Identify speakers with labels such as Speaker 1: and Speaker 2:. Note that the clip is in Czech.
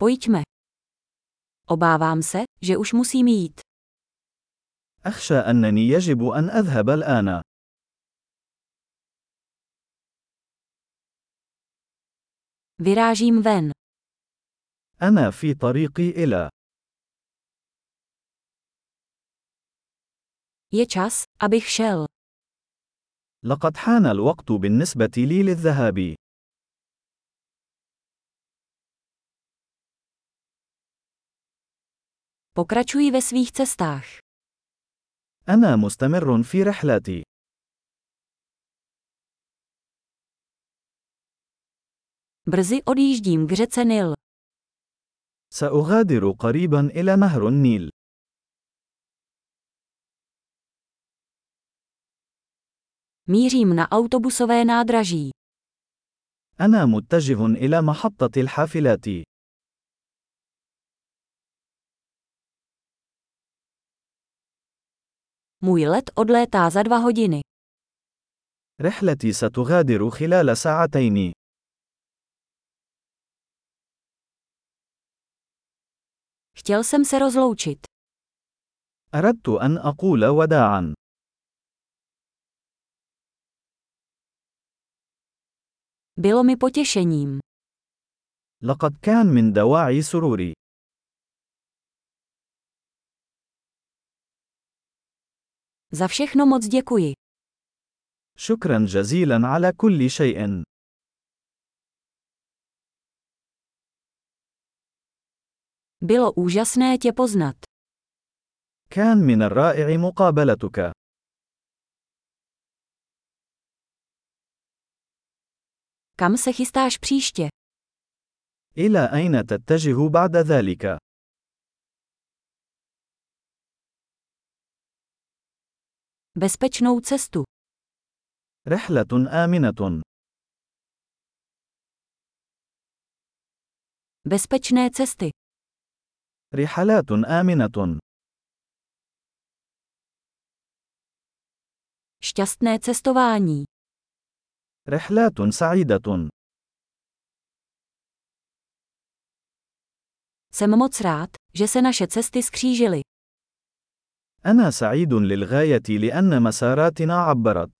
Speaker 1: Pojďme. Obávám se, že už musím jít.
Speaker 2: أخشى أنني يجب أن أذهب الآن.
Speaker 1: Vyrážím ven.
Speaker 2: أنا في طريقي إلى.
Speaker 1: Je čas, abych šel.
Speaker 2: لقد حان الوقت بالنسبة لي للذهاب.
Speaker 1: Pokračuji ve svých cestách.
Speaker 2: أنا مستمر في رحلتي.
Speaker 1: Brzy odjíždím k řece Nil.
Speaker 2: سأغادر قريبا إلى نهر النيل.
Speaker 1: Mířím na autobusové nádraží.
Speaker 2: أنا متجه إلى محطة الحافلات.
Speaker 1: Můj let odlétá za dva hodiny.
Speaker 2: رحلتي ستغادر خلال ساعتين.
Speaker 1: Chtěl jsem se rozloučit.
Speaker 2: أردت أن أقول وداعاً.
Speaker 1: Bylo mi potěšením.
Speaker 2: لقد كان من دواعي سروري.
Speaker 1: Za všechno moc děkuji.
Speaker 2: شكرا جزيلا على كل شيء.
Speaker 1: Bylo úžasné tě poznat.
Speaker 2: كان من الرائع مقابلتك.
Speaker 1: Kam se chystáš příště?
Speaker 2: إلى أين تتجه بعد ذلك؟
Speaker 1: Bezpečnou cestu.
Speaker 2: رحلة آمنة.
Speaker 1: Bezpečné cesty.
Speaker 2: رحلات آمنة.
Speaker 1: Šťastné cestování.
Speaker 2: رحلات سعيدة.
Speaker 1: Jsem moc rád, že se naše cesty skřížily.
Speaker 2: أنا سعيد للغاية لأن مساراتنا عبرت.